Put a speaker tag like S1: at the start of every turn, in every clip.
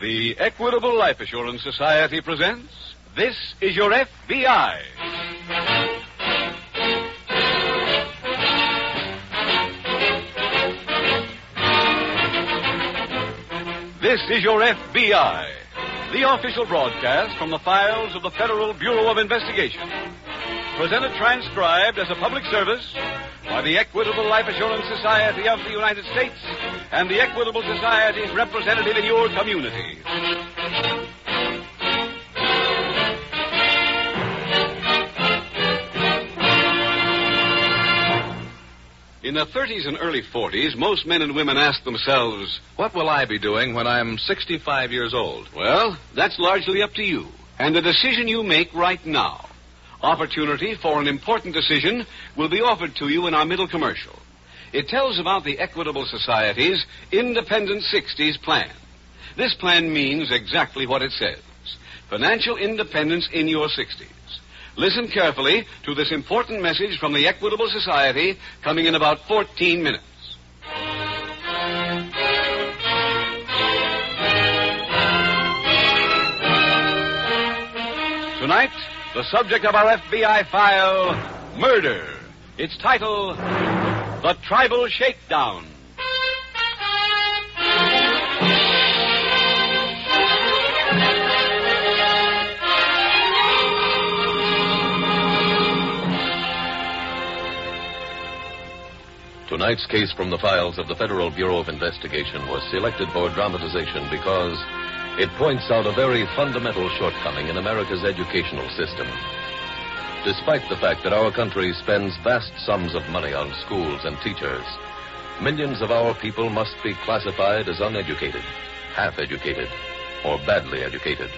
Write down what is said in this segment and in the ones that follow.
S1: The Equitable Life Assurance Society presents This is Your FBI. This is Your FBI, the official broadcast from the files of the Federal Bureau of Investigation. Presented transcribed as a public service by the Equitable Life Assurance Society of the United States and the Equitable Society's representative in your community. In the 30s and early 40s, most men and women ask themselves, What will I be doing when I'm 65 years old? Well, that's largely up to you and the decision you make right now. Opportunity for an important decision will be offered to you in our middle commercial. It tells about the Equitable Society's Independent 60s plan. This plan means exactly what it says financial independence in your 60s. Listen carefully to this important message from the Equitable Society coming in about 14 minutes. Tonight, the subject of our FBI file, Murder. Its title, The Tribal Shakedown.
S2: Tonight's case from the files of the Federal Bureau of Investigation was selected for dramatization because it points out a very fundamental shortcoming in America's educational system. Despite the fact that our country spends vast sums of money on schools and teachers, millions of our people must be classified as uneducated, half educated, or badly educated.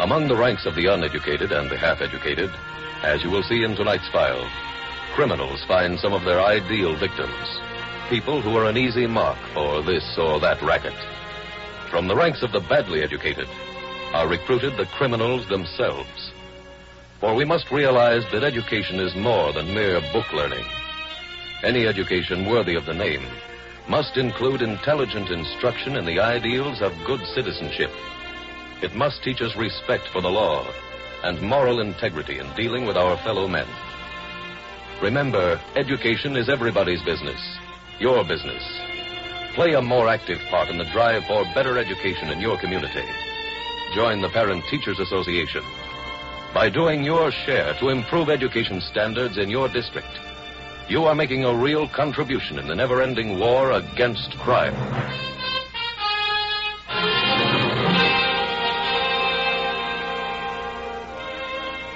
S2: Among the ranks of the uneducated and the half educated, as you will see in tonight's file, criminals find some of their ideal victims. People who are an easy mark for this or that racket. From the ranks of the badly educated are recruited the criminals themselves. For we must realize that education is more than mere book learning. Any education worthy of the name must include intelligent instruction in the ideals of good citizenship. It must teach us respect for the law and moral integrity in dealing with our fellow men. Remember, education is everybody's business, your business. Play a more active part in the drive for better education in your community. Join the Parent Teachers Association. By doing your share to improve education standards in your district, you are making a real contribution in the never ending war against crime.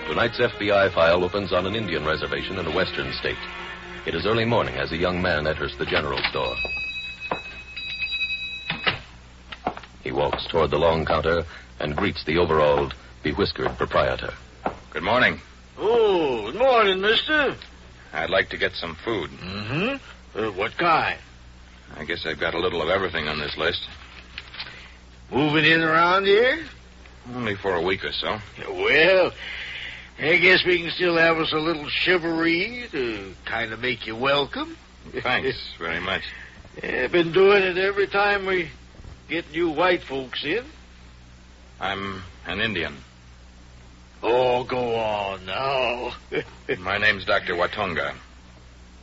S2: Tonight's FBI file opens on an Indian reservation in a western state. It is early morning as a young man enters the general store. He walks toward the long counter and greets the overalled, bewhiskered proprietor.
S3: Good morning.
S4: Oh, good morning, mister.
S3: I'd like to get some food.
S4: Mm-hmm. Uh, what kind?
S3: I guess I've got a little of everything on this list.
S4: Moving in around here?
S3: Only for a week or so.
S4: Well, I guess we can still have us a little chivalry to kind of make you welcome.
S3: Thanks very much.
S4: Yeah, been doing it every time we get new white folks in.
S3: I'm an Indian.
S4: Oh, go on now.
S3: My name's Dr. Watonga.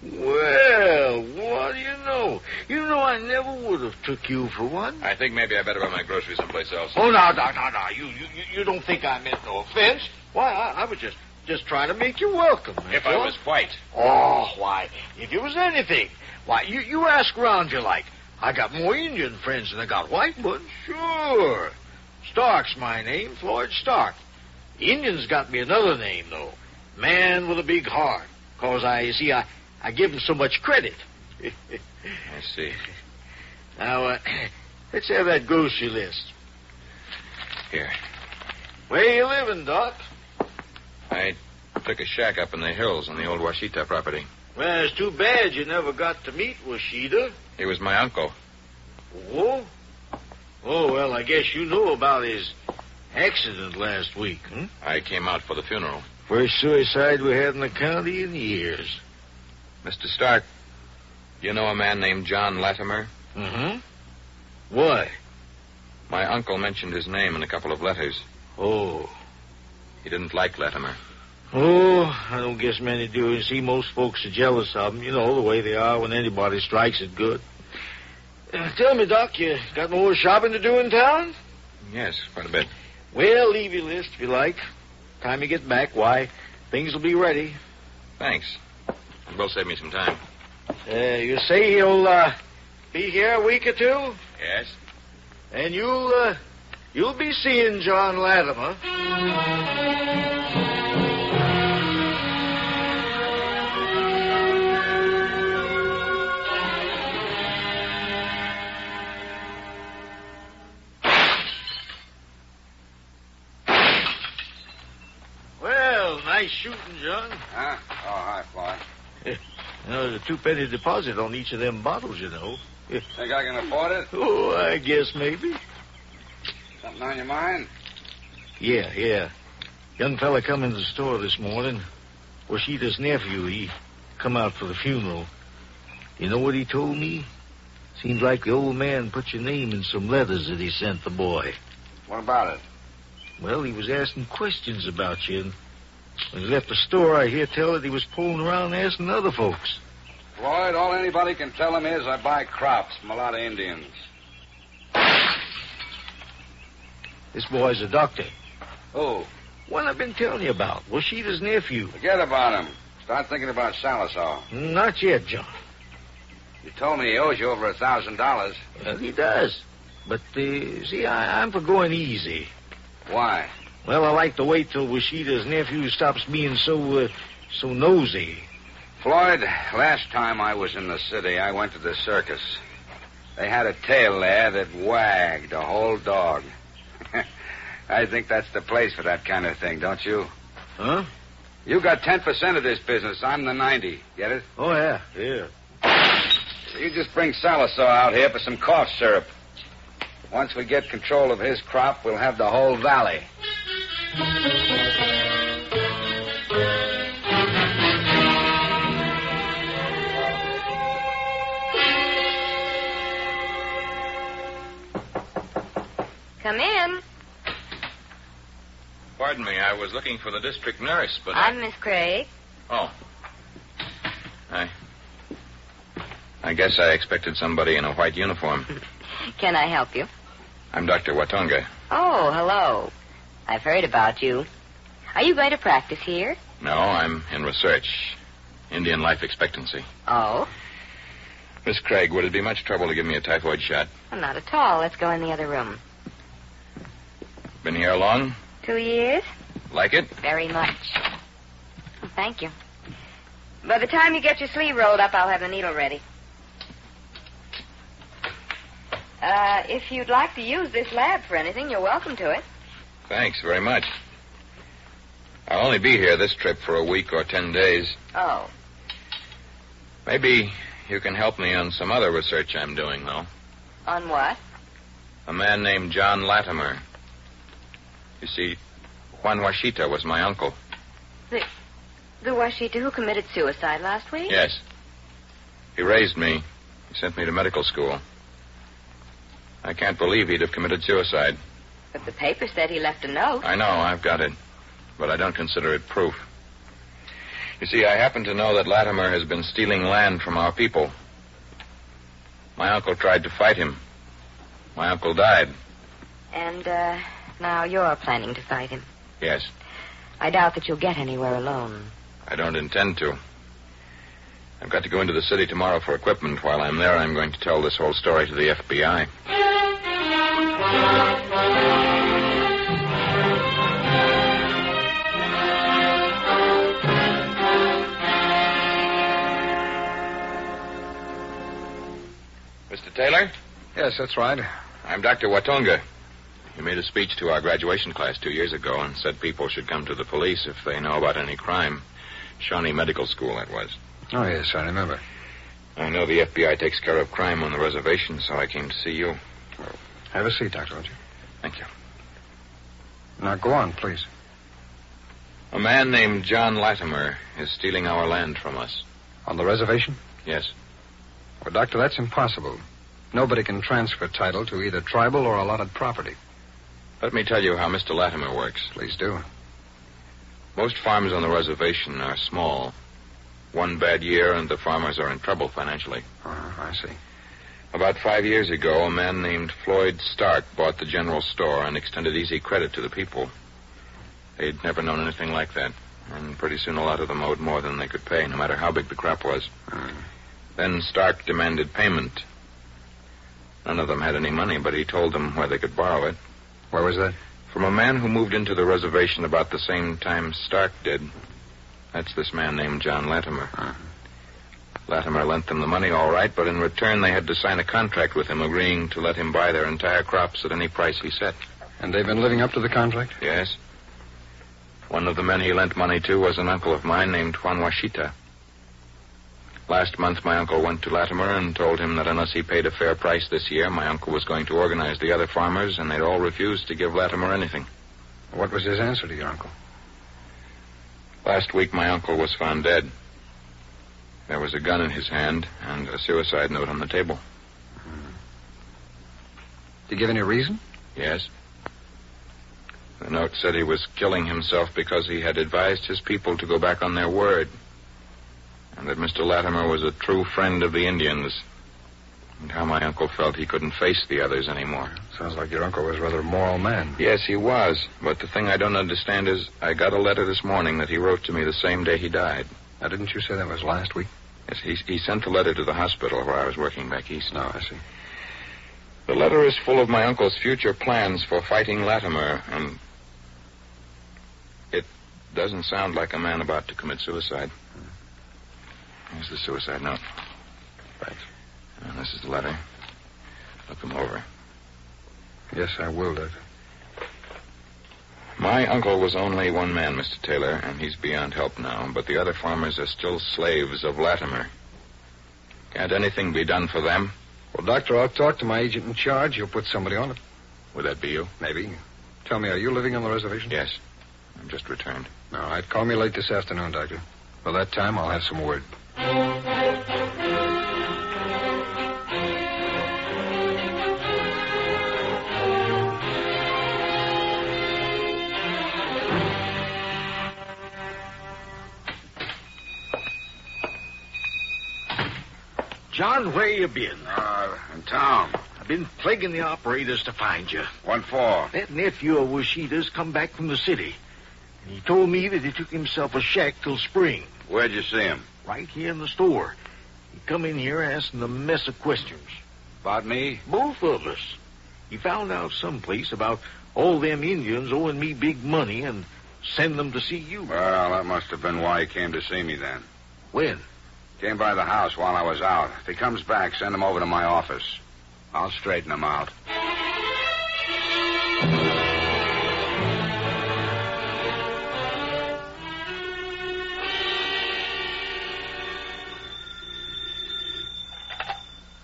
S4: well, what do you know? You know I never would have took you for one.
S3: I think maybe I better buy my groceries someplace else.
S4: Oh, now, now, now, now, you, you, you- you don't think I meant no offense? Why, I, I was just, just trying to make you welcome. that's
S3: if I
S4: all.
S3: was white.
S4: Oh, why, if it was anything, why, you, you ask round you like. I got more Indian friends than I got white ones. Sure. Stark's my name, Floyd Stark. Indians got me another name, though. Man with a big heart. Cause I, you see, I, I give 'em so much credit.
S3: I see.
S4: now, uh, let's have that grocery list.
S3: Here.
S4: Where you living, Doc?
S3: I took a shack up in the hills on the old Washita property.
S4: Well, it's too bad you never got to meet Washida.
S3: He was my uncle.
S4: Oh? Oh, well, I guess you know about his accident last week, hmm?
S3: I came out for the funeral.
S4: First suicide we had in the county in years.
S3: Mr. Stark, you know a man named John Latimer?
S4: Mm-hmm. Why?
S3: My uncle mentioned his name in a couple of letters.
S4: Oh.
S3: He didn't like Latimer.
S4: Oh, I don't guess many do. You see, most folks are jealous of them. You know the way they are when anybody strikes it good. Uh, tell me, Doc, you got more shopping to do in town?
S3: Yes, quite a bit.
S4: Well, leave your list if you like. Time you get back, why, things will be ready.
S3: Thanks. It will save me some time.
S4: Uh, you say you'll uh, be here a week or two,
S3: Yes?
S4: and you'll uh, you'll be seeing John Latimer. Well, nice shooting, John.
S1: Huh? Oh, hi, Fly.
S4: You know, there's a two penny deposit on each of them bottles, you know.
S1: Think I can afford it?
S4: Oh, I guess maybe.
S1: Something on your mind?
S4: Yeah, yeah. Young fella come into the store this morning. Washita's nephew, he come out for the funeral. You know what he told me? Seems like the old man put your name in some letters that he sent the boy.
S1: What about it?
S4: Well, he was asking questions about you, and when he left the store, I hear tell that he was pulling around asking other folks.
S1: Floyd, all anybody can tell him is I buy crops from a lot of Indians.
S4: This boy's a doctor.
S1: Who?
S4: What I've been telling you about, Washita's nephew.
S1: Forget about him. Start thinking about Salisaw.
S4: Not yet, John.
S1: You told me he owes you over a thousand dollars.
S4: Well, he does. But, uh, see, I, I'm for going easy.
S1: Why?
S4: Well, I like to wait till Washita's nephew stops being so, uh, so nosy.
S1: Floyd, last time I was in the city, I went to the circus. They had a tail there that wagged a whole dog. I think that's the place for that kind of thing, don't you?
S4: Huh?
S1: You got 10% of this business. I'm the 90. Get it?
S4: Oh, yeah, yeah.
S1: You just bring Salisaw out here for some cough syrup. Once we get control of his crop, we'll have the whole valley.
S5: Come in.
S3: Pardon me, I was looking for the district nurse, but. I-
S5: I'm Miss Craig.
S3: Oh. I. I guess I expected somebody in a white uniform.
S5: Can I help you?
S3: I'm Dr. Watonga.
S5: Oh, hello. I've heard about you. Are you going to practice here?
S3: No, I'm in research. Indian life expectancy.
S5: Oh,
S3: Miss Craig, would it be much trouble to give me a typhoid shot?
S5: well, not at all. Let's go in the other room.
S3: Been here long?
S5: Two years?
S3: Like it?
S5: Very much. Well, Thank you. By the time you get your sleeve rolled up, I'll have the needle ready. Uh, if you'd like to use this lab for anything, you're welcome to it.
S3: Thanks very much. I'll only be here this trip for a week or ten days.
S5: Oh,
S3: Maybe you can help me on some other research I'm doing, though.
S5: on what?
S3: A man named John Latimer. You see, Juan Washita was my uncle.
S5: The Washita who committed suicide last week?
S3: Yes. He raised me. He sent me to medical school. I can't believe he'd have committed suicide.
S5: But the paper said he left a note.
S3: I know, I've got it. But I don't consider it proof. You see, I happen to know that Latimer has been stealing land from our people. My uncle tried to fight him. My uncle died.
S5: And, uh, now you're planning to fight him.
S3: Yes.
S5: I doubt that you'll get anywhere alone.
S3: I don't intend to. I've got to go into the city tomorrow for equipment. While I'm there, I'm going to tell this whole story to the FBI. Mr. Taylor,
S1: Yes, that's right.
S3: I'm Dr. Watonga. You made a speech to our graduation class two years ago and said people should come to the police if they know about any crime. Shawnee Medical School, that was.
S1: Oh, yes, I remember.
S3: I know the FBI takes care of crime on the reservation, so I came to see you.
S1: Have a seat, Doctor, won't you?
S3: Thank you.
S1: Now, go on, please.
S3: A man named John Latimer is stealing our land from us.
S1: On the reservation?
S3: Yes.
S1: Well, Doctor, that's impossible.
S6: Nobody can transfer title to either tribal or allotted property.
S3: Let me tell you how Mr. Latimer works.
S6: Please do.
S3: Most farms on the reservation are small. One bad year, and the farmers are in trouble financially.
S6: Uh, I see.
S3: About five years ago, a man named Floyd Stark bought the general store and extended easy credit to the people. They'd never known anything like that, and pretty soon a lot of them owed more than they could pay, no matter how big the crop was. Then Stark demanded payment. None of them had any money, but he told them where they could borrow it.
S6: Where was that?
S3: From a man who moved into the reservation about the same time Stark did. That's this man named John Latimer. Latimer lent them the money all right, but in return they had to sign a contract with him agreeing to let him buy their entire crops at any price he set.
S6: And they've been living up to the contract?
S3: Yes. One of the men he lent money to was an uncle of mine named Juan Washita. Last month, my uncle went to Latimer and told him that unless he paid a fair price this year, my uncle was going to organize the other farmers, and they'd all refused to give Latimer anything.
S6: What was his answer to your uncle?
S3: Last week, my uncle was found dead. There was a gun in his hand and a suicide note on the table.
S6: Did he give any reason?
S3: Yes. The note said he was killing himself because he had advised his people to go back on their word, and that Mr. Latimer was a true friend of the Indians, and how my uncle felt he couldn't face the others anymore.
S6: Sounds like your uncle was rather a moral man.
S3: Yes, he was, but the thing I don't understand is I got a letter this morning that he wrote to me the same day he died.
S6: Now, didn't you say that was last week?
S3: Yes, he, he sent the letter to the hospital where I was working back east.
S6: No, Oh, I see.
S3: The letter is full of my uncle's future plans for fighting Latimer, and it doesn't sound like a man about to commit suicide. Here's the suicide note.
S6: Thanks.
S3: And this is the letter. Look them over.
S6: Yes, I will, Doc.
S3: My uncle was only one man, Mr. Taylor, and he's beyond help now, but the other farmers are still slaves of Latimer. Can't anything be done for them?
S6: Well, Doctor, I'll talk to my agent in charge. He'll put somebody on it,
S3: Would that be you?
S6: maybe. Tell me, are you living on the reservation?
S3: Yes. I've just returned.
S6: All right, call me late this afternoon, Doctor. By that time, I'll have some word.
S4: John, where you been?
S7: Uh, in town.
S4: I've been plaguing the operators to find you.
S7: What for?
S4: That nephew of Washita's come back from the city. And he told me that he took himself a shack till spring,
S7: Where'd you see him?
S4: right here in the store. He come in here asking a mess of questions.
S7: About me?
S4: Both of us. He found out someplace about all them Indians owing me big money and send them to see you.
S7: Well, that must have been why he came to see me then.
S4: When?
S7: Came by the house while I was out. If he comes back, send him over to my office. I'll straighten him out.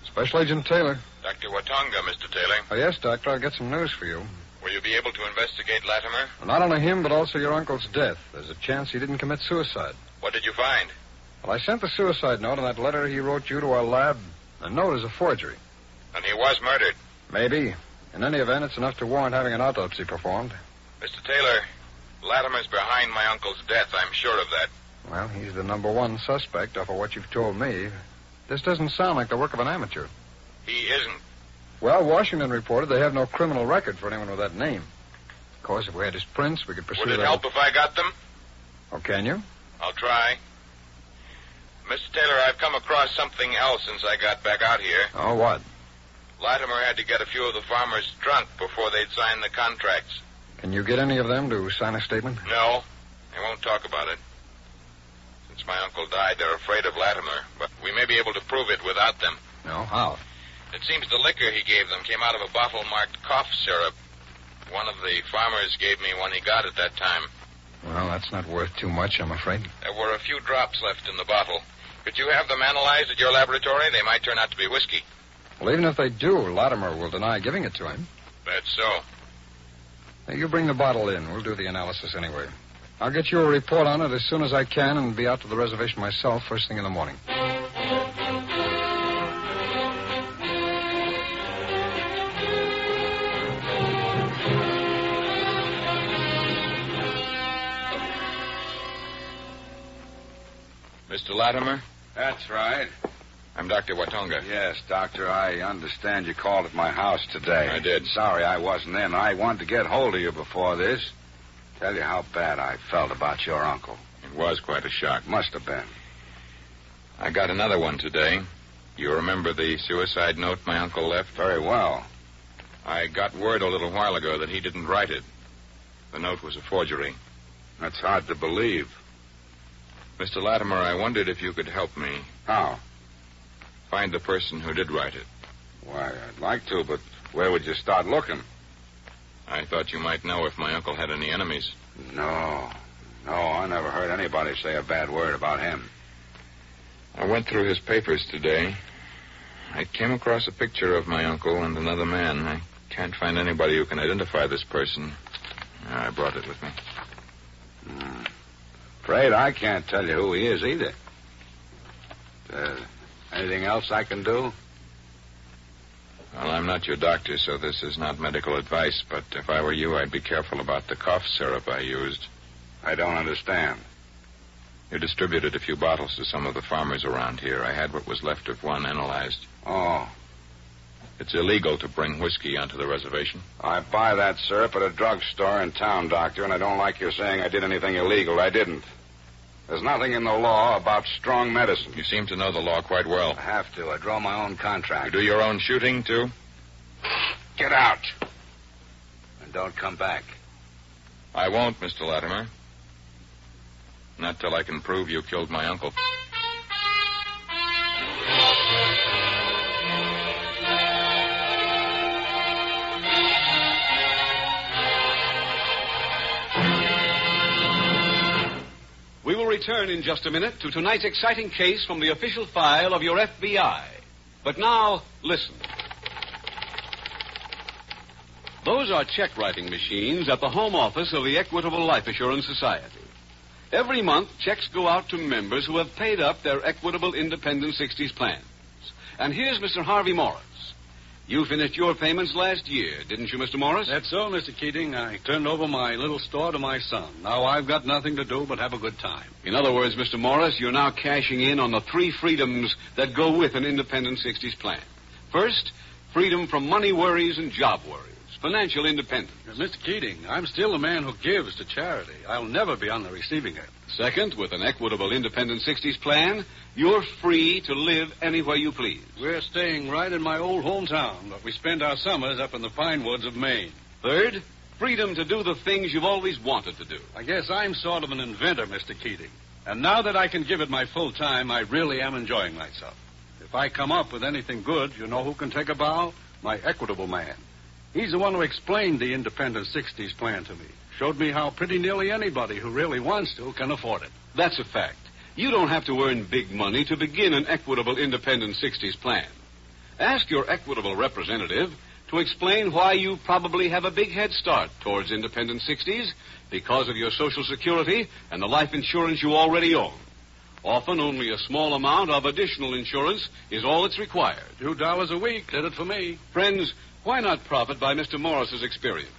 S6: Special Agent Taylor.
S3: Dr. Watonga, Mr. Taylor.
S6: Oh, yes, Doctor, I'll get some news for you.
S3: Will you be able to investigate Latimer?
S6: Not only him, but also your uncle's death. There's a chance he didn't commit suicide.
S3: What did you find?
S6: Well, I sent the suicide note and that letter he wrote you to our lab. The note is a forgery.
S3: And he was murdered.
S6: Maybe. In any event, it's enough to warrant having an autopsy performed.
S3: Mr. Taylor, Latimer's behind my uncle's death. I'm sure of that.
S6: Well, he's the number one suspect off of what you've told me. This doesn't sound like the work of an amateur.
S3: He isn't.
S6: Well, Washington reported they have no criminal record for anyone with that name. Of course, if we had his prints, we could pursue
S3: Would it
S6: that.
S3: help if I got them?
S6: Oh, can you?
S3: I'll try. Mr. Taylor, I've come across something else since I got back out here.
S6: Oh, what?
S3: Latimer had to get a few of the farmers drunk before they'd sign the contracts.
S6: Can you get any of them to sign a statement?
S3: No, they won't talk about it. Since my uncle died, they're afraid of Latimer, but we may be able to prove it without them.
S6: No. How?
S3: It seems the liquor he gave them came out of a bottle marked cough syrup. One of the farmers gave me one he got at that time.
S6: Well, that's not worth too much, I'm afraid.
S3: There were a few drops left in the bottle. Could you have them analyzed at your laboratory? They might turn out to be whiskey.
S6: Well, even if they do, Latimer will deny giving it to him.
S3: That's so.
S6: Now, you bring the bottle in. We'll do the analysis anyway. I'll get you a report on it as soon as I can and be out to the reservation myself first thing in the morning.
S3: Latimer?
S7: That's right.
S3: I'm Dr. Watonga.
S7: Yes, Doctor, I understand you called at my house today.
S3: I did.
S7: Sorry I wasn't in. I wanted to get hold of you before this. Tell you how bad I felt about your uncle.
S3: It was quite a shock.
S7: Must have been.
S3: I got another one today. You remember the suicide note my uncle left?
S7: Very well.
S3: I got word a little while ago that he didn't write it. The note was a forgery.
S7: That's hard to believe.
S3: Mr. Latimer, I wondered if you could help me
S7: How?
S3: find the person who did write it.
S7: Why, I'd like to, but where would you start looking?
S3: I thought you might know if my uncle had any enemies.
S7: No. No, I never heard anybody say a bad word about him.
S3: I went through his papers today. I came across a picture of my uncle and another man. I can't find anybody who can identify this person. Uh, I brought it with me.
S7: Hmm. Afraid I can't tell you who he is either. Uh, anything else I can do?
S3: Well, I'm not your doctor, so this is not medical advice, but if I were you, I'd be careful about the cough syrup I used.
S7: I don't understand.
S3: You distributed a few bottles to some of the farmers around here. I had what was left of one analyzed.
S7: Oh,
S3: It's illegal to bring whiskey onto the reservation.
S7: I buy that syrup at a drugstore in town, Doctor, and I don't like your saying I did anything illegal. I didn't. There's nothing in the law about strong medicine.
S3: You seem to know the law quite well.
S7: I have to. I draw my own contract.
S3: You do your own shooting, too?
S7: Get out. And don't come back.
S3: I won't, Mr. Latimer. Not till I can prove you killed my uncle.
S1: We will return in just a minute to tonight's exciting case from the official file of your FBI. But now, listen. Those are check writing machines at the home office of the Equitable Life Assurance Society. Every month, checks go out to members who have paid up their Equitable Independent 60s plans. And here's Mr. Harvey Morris. You finished your payments last year, didn't you, Mr. Morris?
S8: That's so, Mr. Keating. I turned over my little store to my son. Now I've got nothing to do but have a good time.
S1: In other words, Mr. Morris, you're now cashing in on the three freedoms that go with an independent 60s plan. First, freedom from money worries and job worries, financial independence.
S8: Uh, Mr. Keating, I'm still a man who gives to charity. I'll never be on the receiving end.
S1: Second, with an equitable independent 60s plan, you're free to live anywhere you please.
S8: We're staying right in my old hometown, but we spend our summers up in the pine woods of Maine.
S1: Third, freedom to do the things you've always wanted to do.
S8: I guess I'm sort of an inventor, Mr. Keating. And now that I can give it my full time, I really am enjoying myself. If I come up with anything good, you know who can take a bow? My equitable man. He's the one who explained the independent 60s plan to me. Showed me how pretty nearly anybody who really wants to can afford it.
S1: That's a fact. You don't have to earn big money to begin an equitable independent 60s plan. Ask your equitable representative to explain why you probably have a big head start towards independent 60s because of your Social Security and the life insurance you already own. Often only a small amount of additional insurance is all that's required.
S8: Two dollars a week did it for me.
S1: Friends, why not profit by Mr. Morris's experience?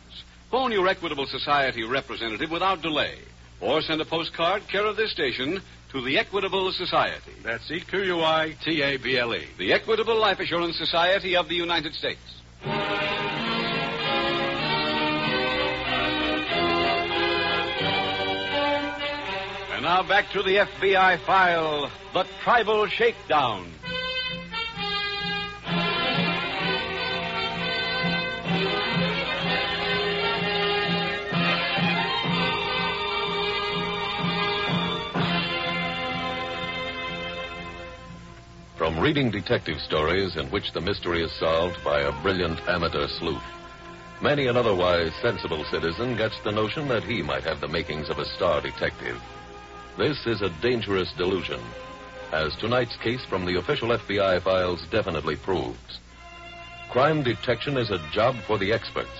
S1: Phone your Equitable Society representative without delay, or send a postcard care of this station to the Equitable Society,
S8: That's E Q U I T A B L E.
S1: the Equitable Life Assurance Society of the United States. And now back to the FBI file, the Tribal Shakedown.
S2: From reading detective stories in which the mystery is solved by a brilliant amateur sleuth, many an otherwise sensible citizen gets the notion that he might have the makings of a star detective. This is a dangerous delusion, as tonight's case from the official FBI files definitely proves. Crime detection is a job for the experts,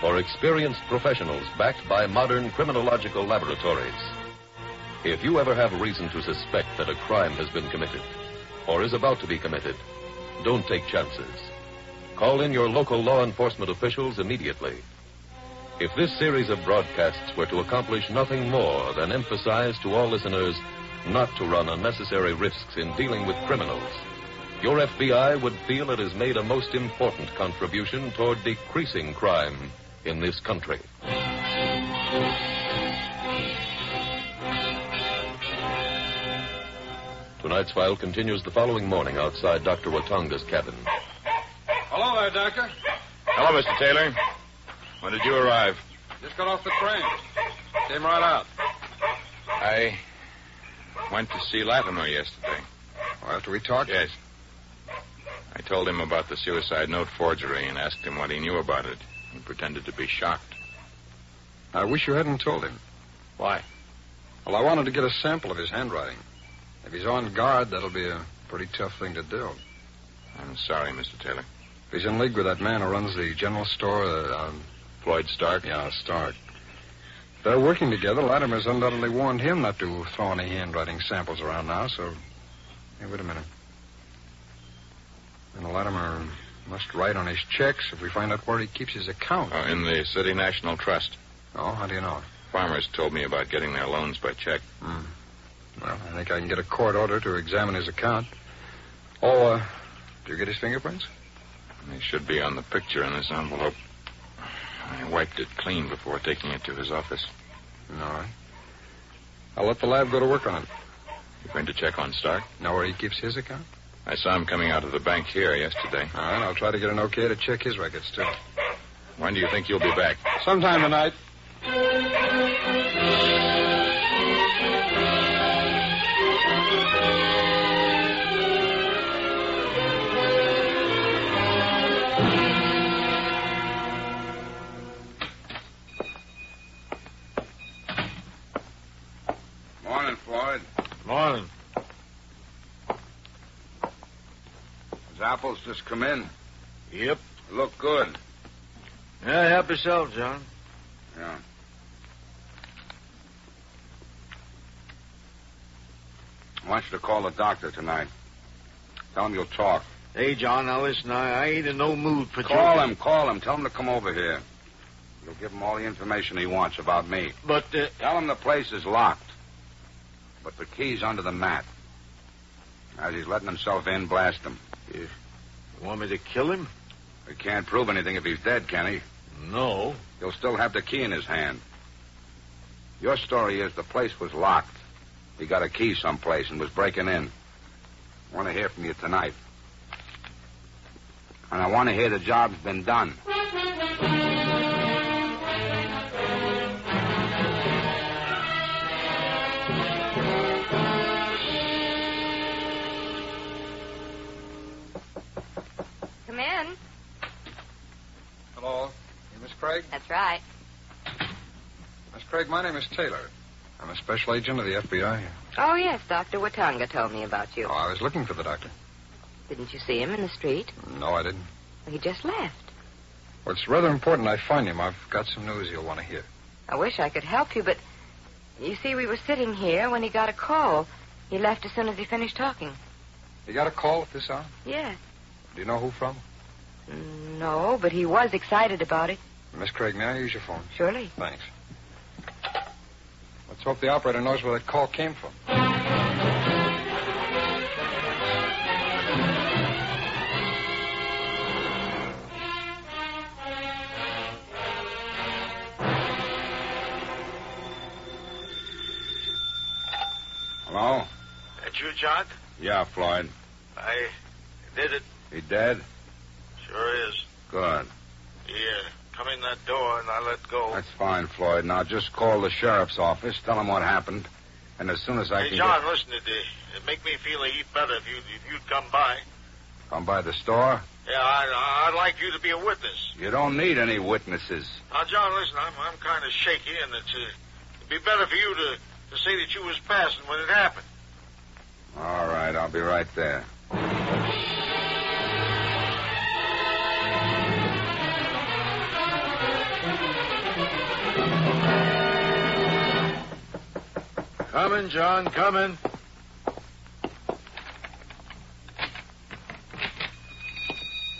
S2: for experienced professionals backed by modern criminological laboratories. If you ever have reason to suspect that a crime has been committed, or is about to be committed, don't take chances. Call in your local law enforcement officials immediately. If this series of broadcasts were to accomplish nothing more than emphasize to all listeners not to run unnecessary risks in dealing with criminals. Your FBI would feel it has made a most important contribution toward decreasing crime in this country. Tonight's file continues the following morning outside Dr. Watonga's cabin.
S8: Hello there, Doctor.
S3: Hello, Mr. Taylor. When did you arrive?
S8: Just got off the train. Came right out.
S3: I went to see Latimer yesterday.
S6: after we talked?
S3: Yes. I told him about the suicide note forgery and asked him what he knew about it. He pretended to be shocked.
S6: I wish you hadn't told him.
S3: Why?
S6: Well, I wanted to get a sample of his handwriting. If he's on guard, that'll be a pretty tough thing to do.
S3: I'm sorry, Mr. Taylor.
S6: If he's in league with that man who runs the general store, uh, um,
S3: Floyd Stark?
S6: yeah, Stark. They're working together. Latimer's undoubtedly warned him not to throw any handwriting samples around now, so. Hey, wait a minute. And Latimer must write on his checks if we find out where he keeps his account.
S3: Uh, in the City National Trust.
S6: oh, how do you know?
S3: Farmers told me about getting their loans by check.
S6: Hmm. Well, I think I can get a court order to examine his account. Oh, uh, do you get his fingerprints?
S3: They should be on the picture in this envelope. I wiped it clean before taking it to his office.
S6: All right. I'll let the lab go to work on it.
S3: You going to check on Stark?
S6: Know where he keeps his account?
S3: I saw him coming out of the bank here yesterday.
S6: All right, I'll try to get an okay to check his records, too.
S3: When do you think you'll be back?
S6: Sometime tonight.
S7: Morning, Floyd.
S3: Morning.
S7: His apples just come in.
S4: Yep.
S7: Look good.
S4: Yeah, help yourself, John.
S7: Yeah. I want you to call the doctor tonight. Tell him you'll talk.
S4: Hey, John, now listen, I, I ain't in no mood for
S7: Call
S4: talking.
S7: him, call him. Tell him to come over here. You'll give him all the information he wants about me.
S4: But, uh,
S7: Tell him the place is locked, but the key's under the mat. As he's letting himself in, blast him.
S4: you want me to kill him?
S7: We can't prove anything if he's dead, can he?
S4: No.
S7: He'll still have the key in his hand. Your story is the place was locked. He got a key someplace and was breaking in. I want to hear from you tonight. And I want to hear the job's been done.
S5: Come in.
S6: Hello. You Miss Craig?
S5: That's right.
S6: Miss Craig, my name is Taylor. I'm a special agent of the FBI.
S5: Oh, yes, Dr. Watonga told me about you.
S6: Oh, I was looking for the doctor.
S5: Didn't you see him in the street?
S6: No, I didn't.
S5: He just left.
S6: Well, it's rather important I find him. I've got some news you'll want to hear.
S5: I wish I could help you, but you see, we were sitting here when he got a call. He left as soon as he finished talking.
S6: You got a call at this hour?
S5: Yes.
S6: Do you know who from?
S5: Mm, No, but he was excited about it.
S6: Miss Craig, may I use your phone?
S5: Surely.
S6: Thanks. Let's hope the operator knows where that call came from.
S7: Hello?
S4: That you, John?
S7: Yeah, Floyd.
S4: I did it.
S7: He dead?
S4: Sure is.
S7: Good.
S4: Yeah. Come in that door and I let go.
S7: That's fine, Floyd. Now just call the sheriff's office. Tell him what happened. And as soon as I
S4: hey,
S7: can
S4: John, listen, it, uh, it make me feel a heap better if, you, if you'd come by.
S7: get... come by the store,
S4: Yeah, I, I'd like you to be a witness.
S7: you don't need any witnesses.
S4: Now, John, listen, I'm, I'm kind of shaky, and it's, uh, it'd be better for you to, to say that you was passing when it happened.
S7: All right, I'll be right there.
S4: Come in, John, come in.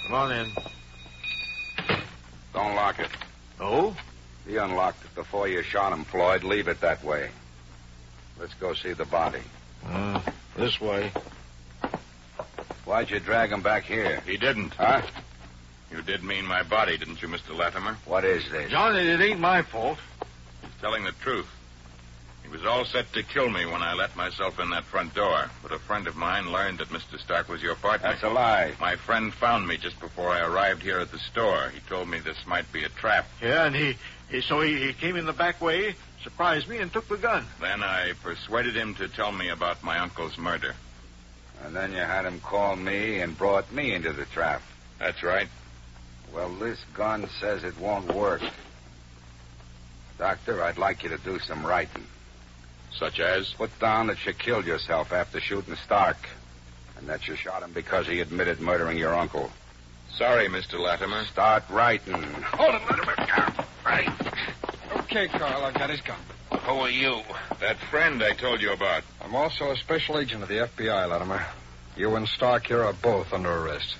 S4: Come on in.
S7: Don't lock it.
S4: Oh?
S7: He unlocked it before you shot him, Floyd. Leave it that way. Let's go see the body.
S4: Uh, this way.
S7: Why'd you drag him back here?
S3: He didn't.
S7: Huh?
S3: You did mean my body, didn't you, Mr. Latimer?
S7: What is this?
S4: Johnny, it ain't my fault.
S3: He's telling the truth. He was all set to kill me when I let myself in that front door, but a friend of mine learned that Mr. Stark was your partner.
S7: That's a lie.
S3: My friend found me just before I arrived here at the store. He told me this might be a trap.
S4: Yeah, and he, he so he, he came in the back way, surprised me, and took the gun.
S3: Then I persuaded him to tell me about my uncle's murder.
S7: And then you had him call me and brought me into the trap.
S3: That's right.
S7: Well, this gun says it won't work. Doctor, I'd like you to do some writing.
S3: Such as?
S7: Put down that you killed yourself after shooting Stark, and that you shot him because he admitted murdering your uncle.
S3: Sorry, Mr. Latimer.
S7: Start writing.
S3: Hold it, Latimer. Right.
S6: Okay, Carl, I've got his gun.
S3: Who are you? That friend I told you about.
S6: I'm also a special agent of the FBI, Latimer. You and Stark here are both under arrest.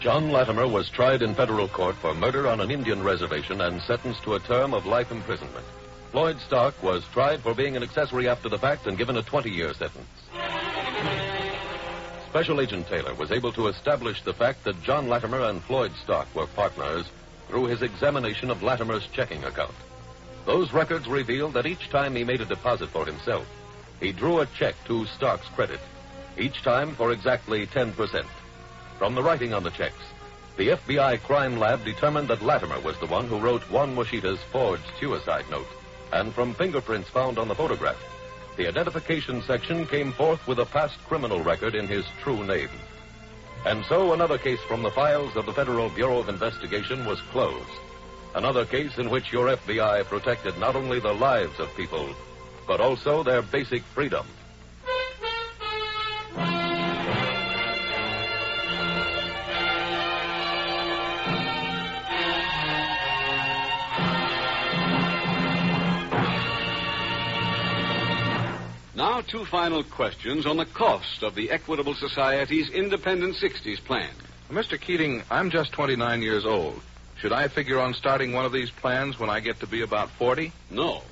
S2: John Latimer was tried in federal court for murder on an Indian reservation and sentenced to a term of life imprisonment. Floyd Stark was tried for being an accessory after the fact and given a 20 year sentence. Special Agent Taylor was able to establish the fact that John Latimer and Floyd Stark were partners through his examination of Latimer's checking account. Those records revealed that each time he made a deposit for himself, he drew a check to Stark's credit, each time for exactly 10%. From the writing on the checks, the FBI crime lab determined that Latimer was the one who wrote Juan Moshita's forged suicide note. And from fingerprints found on the photograph, the identification section came forth with a past criminal record in his true name. And so another case from the files of the Federal Bureau of Investigation was closed. Another case in which your FBI protected not only the lives of people, but also their basic freedom.
S1: Now, two final questions on the cost of the Equitable Society's Independent 60s plan.
S2: Mr. Keating, I'm just 29 years old. Should I figure on starting one of these plans when I get to be about 40?
S1: No.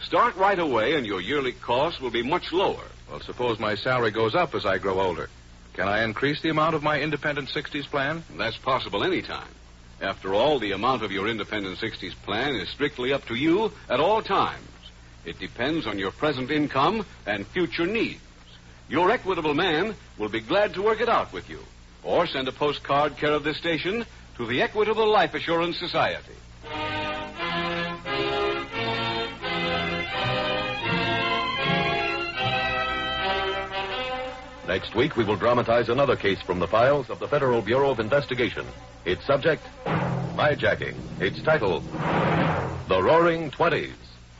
S1: Start right away, and your yearly cost will be much lower.
S2: Well, suppose my salary goes up as I grow older. Can I increase the amount of my independent 60s plan?
S1: That's possible any time. After all, the amount of your Independent 60s plan is strictly up to you at all times. It depends on your present income and future needs. Your equitable man will be glad to work it out with you. Or send a postcard care of this station to the Equitable Life Assurance Society.
S2: Next week, we will dramatize another case from the files of the Federal Bureau of Investigation. Its subject, hijacking. Its title, The Roaring Twenties.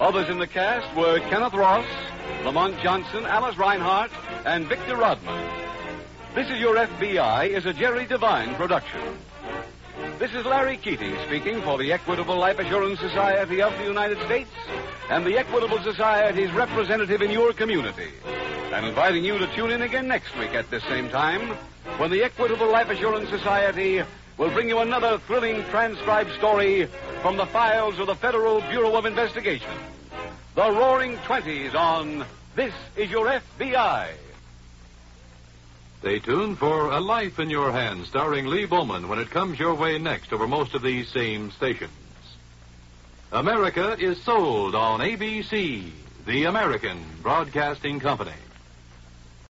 S1: Others in the cast were Kenneth Ross, Lamont Johnson, Alice Reinhardt, and Victor Rodman. This is Your FBI is a Jerry Devine production. This is Larry Keating speaking for the Equitable Life Assurance Society of the United States and the Equitable Society's representative in your community. And inviting you to tune in again next week at this same time when the Equitable Life Assurance Society will bring you another thrilling transcribed story from the files of the Federal Bureau of Investigation. The Roaring Twenties on This Is Your FBI.
S9: Stay tuned for A Life in Your Hands, starring Lee Bowman, when it comes your way next over most of these same stations. America is sold on ABC, the American Broadcasting Company.